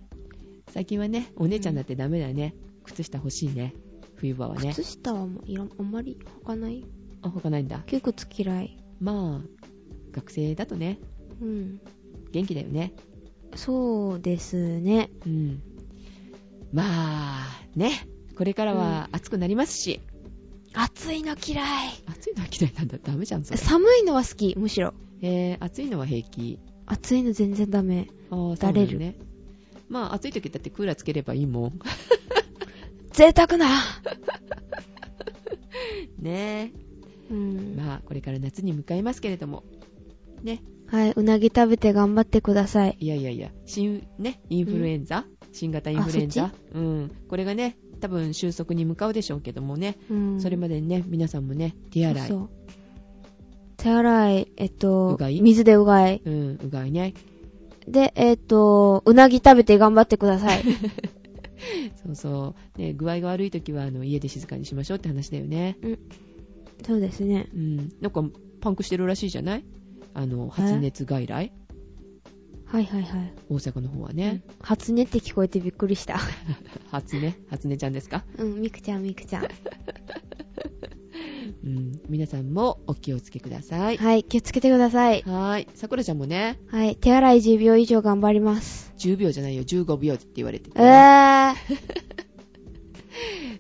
A: 最近はね、お姉ちゃんだってダメだよね。靴下欲しいね。冬場は
B: う。
A: ね。
B: 靴下はもういらんあんまり履かない。
A: あ、他ないんだ。
B: 窮屈嫌い。
A: まあ、学生だとね、
B: うん。
A: 元気だよね。
B: そうですね。
A: うん。まあ、ね。これからは暑くなりますし、
B: 暑いの嫌い。
A: 暑いのは嫌いなんだ。ダメじゃん、
B: [laughs]
A: それ。
B: 寒いのは好き、むしろ。
A: えー、暑いのは平気。
B: 暑いの全然ダメ。
A: あー
B: だれる
A: そうなのね。まあ、暑い時だってクーラーつければいいも
B: [laughs]
A: ん。
B: 贅沢な。
A: ね
B: うん。
A: まあ、これから夏に向かいますけれども。ね。
B: はい、うなぎ食べて頑張ってください。
A: いやいやいや、新、ね、インフルエンザ、新型インフルエン
B: あ
A: ザ。うん。これがね、多分収束に向かうでしょうけどもね。
B: うん。
A: それまでにね、皆さんもね、手洗い。
B: そうそう手洗い、えっと
A: うがい、
B: 水でうがい。
A: うん、うがいね。
B: で、えっと、うなぎ食べて頑張ってください。
A: そうそう。ね、具合が悪い時は、あの、家で静かにしましょうって話だよね。
B: そうですね。
A: うん。なんか、パンクしてるらしいじゃないあの、発熱外来
B: はいはいはい。
A: 大阪の方はね。 [laughs]
B: 初音って聞こえてびっくりした。
A: 初音初音ちゃんですか
B: うん、みくちゃんみくちゃん。
A: うん。皆さんもお気をつけください。
B: はい、気をつけてください。
A: はーい。さくらちゃんもね、
B: はい、手洗い10秒以上頑張ります。
A: 10秒じゃないよ、15秒って言われてて
B: えー、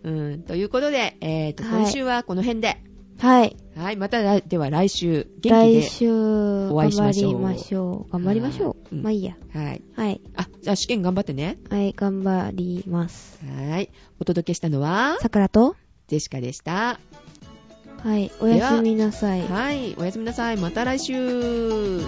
A: [laughs] うん。ということで、えーと、
B: はい
A: 今週はこの辺で。はい。
B: はい、
A: また来、では来週、元気
B: 来
A: で。
B: 週、頑
A: お会いしま
B: 張
A: しょう
B: りましょう。頑張りましょう。
A: はいうん
B: まあいいや。
A: はい。
B: はい、
A: あ、じゃあ試験頑張ってね。
B: はい、頑張ります。
A: はい。お届けしたのは、
B: さくらと
A: ジェシカでした。
B: はい、おやすみなさい。は
A: はい、おやすみなさい。また来週。
B: い。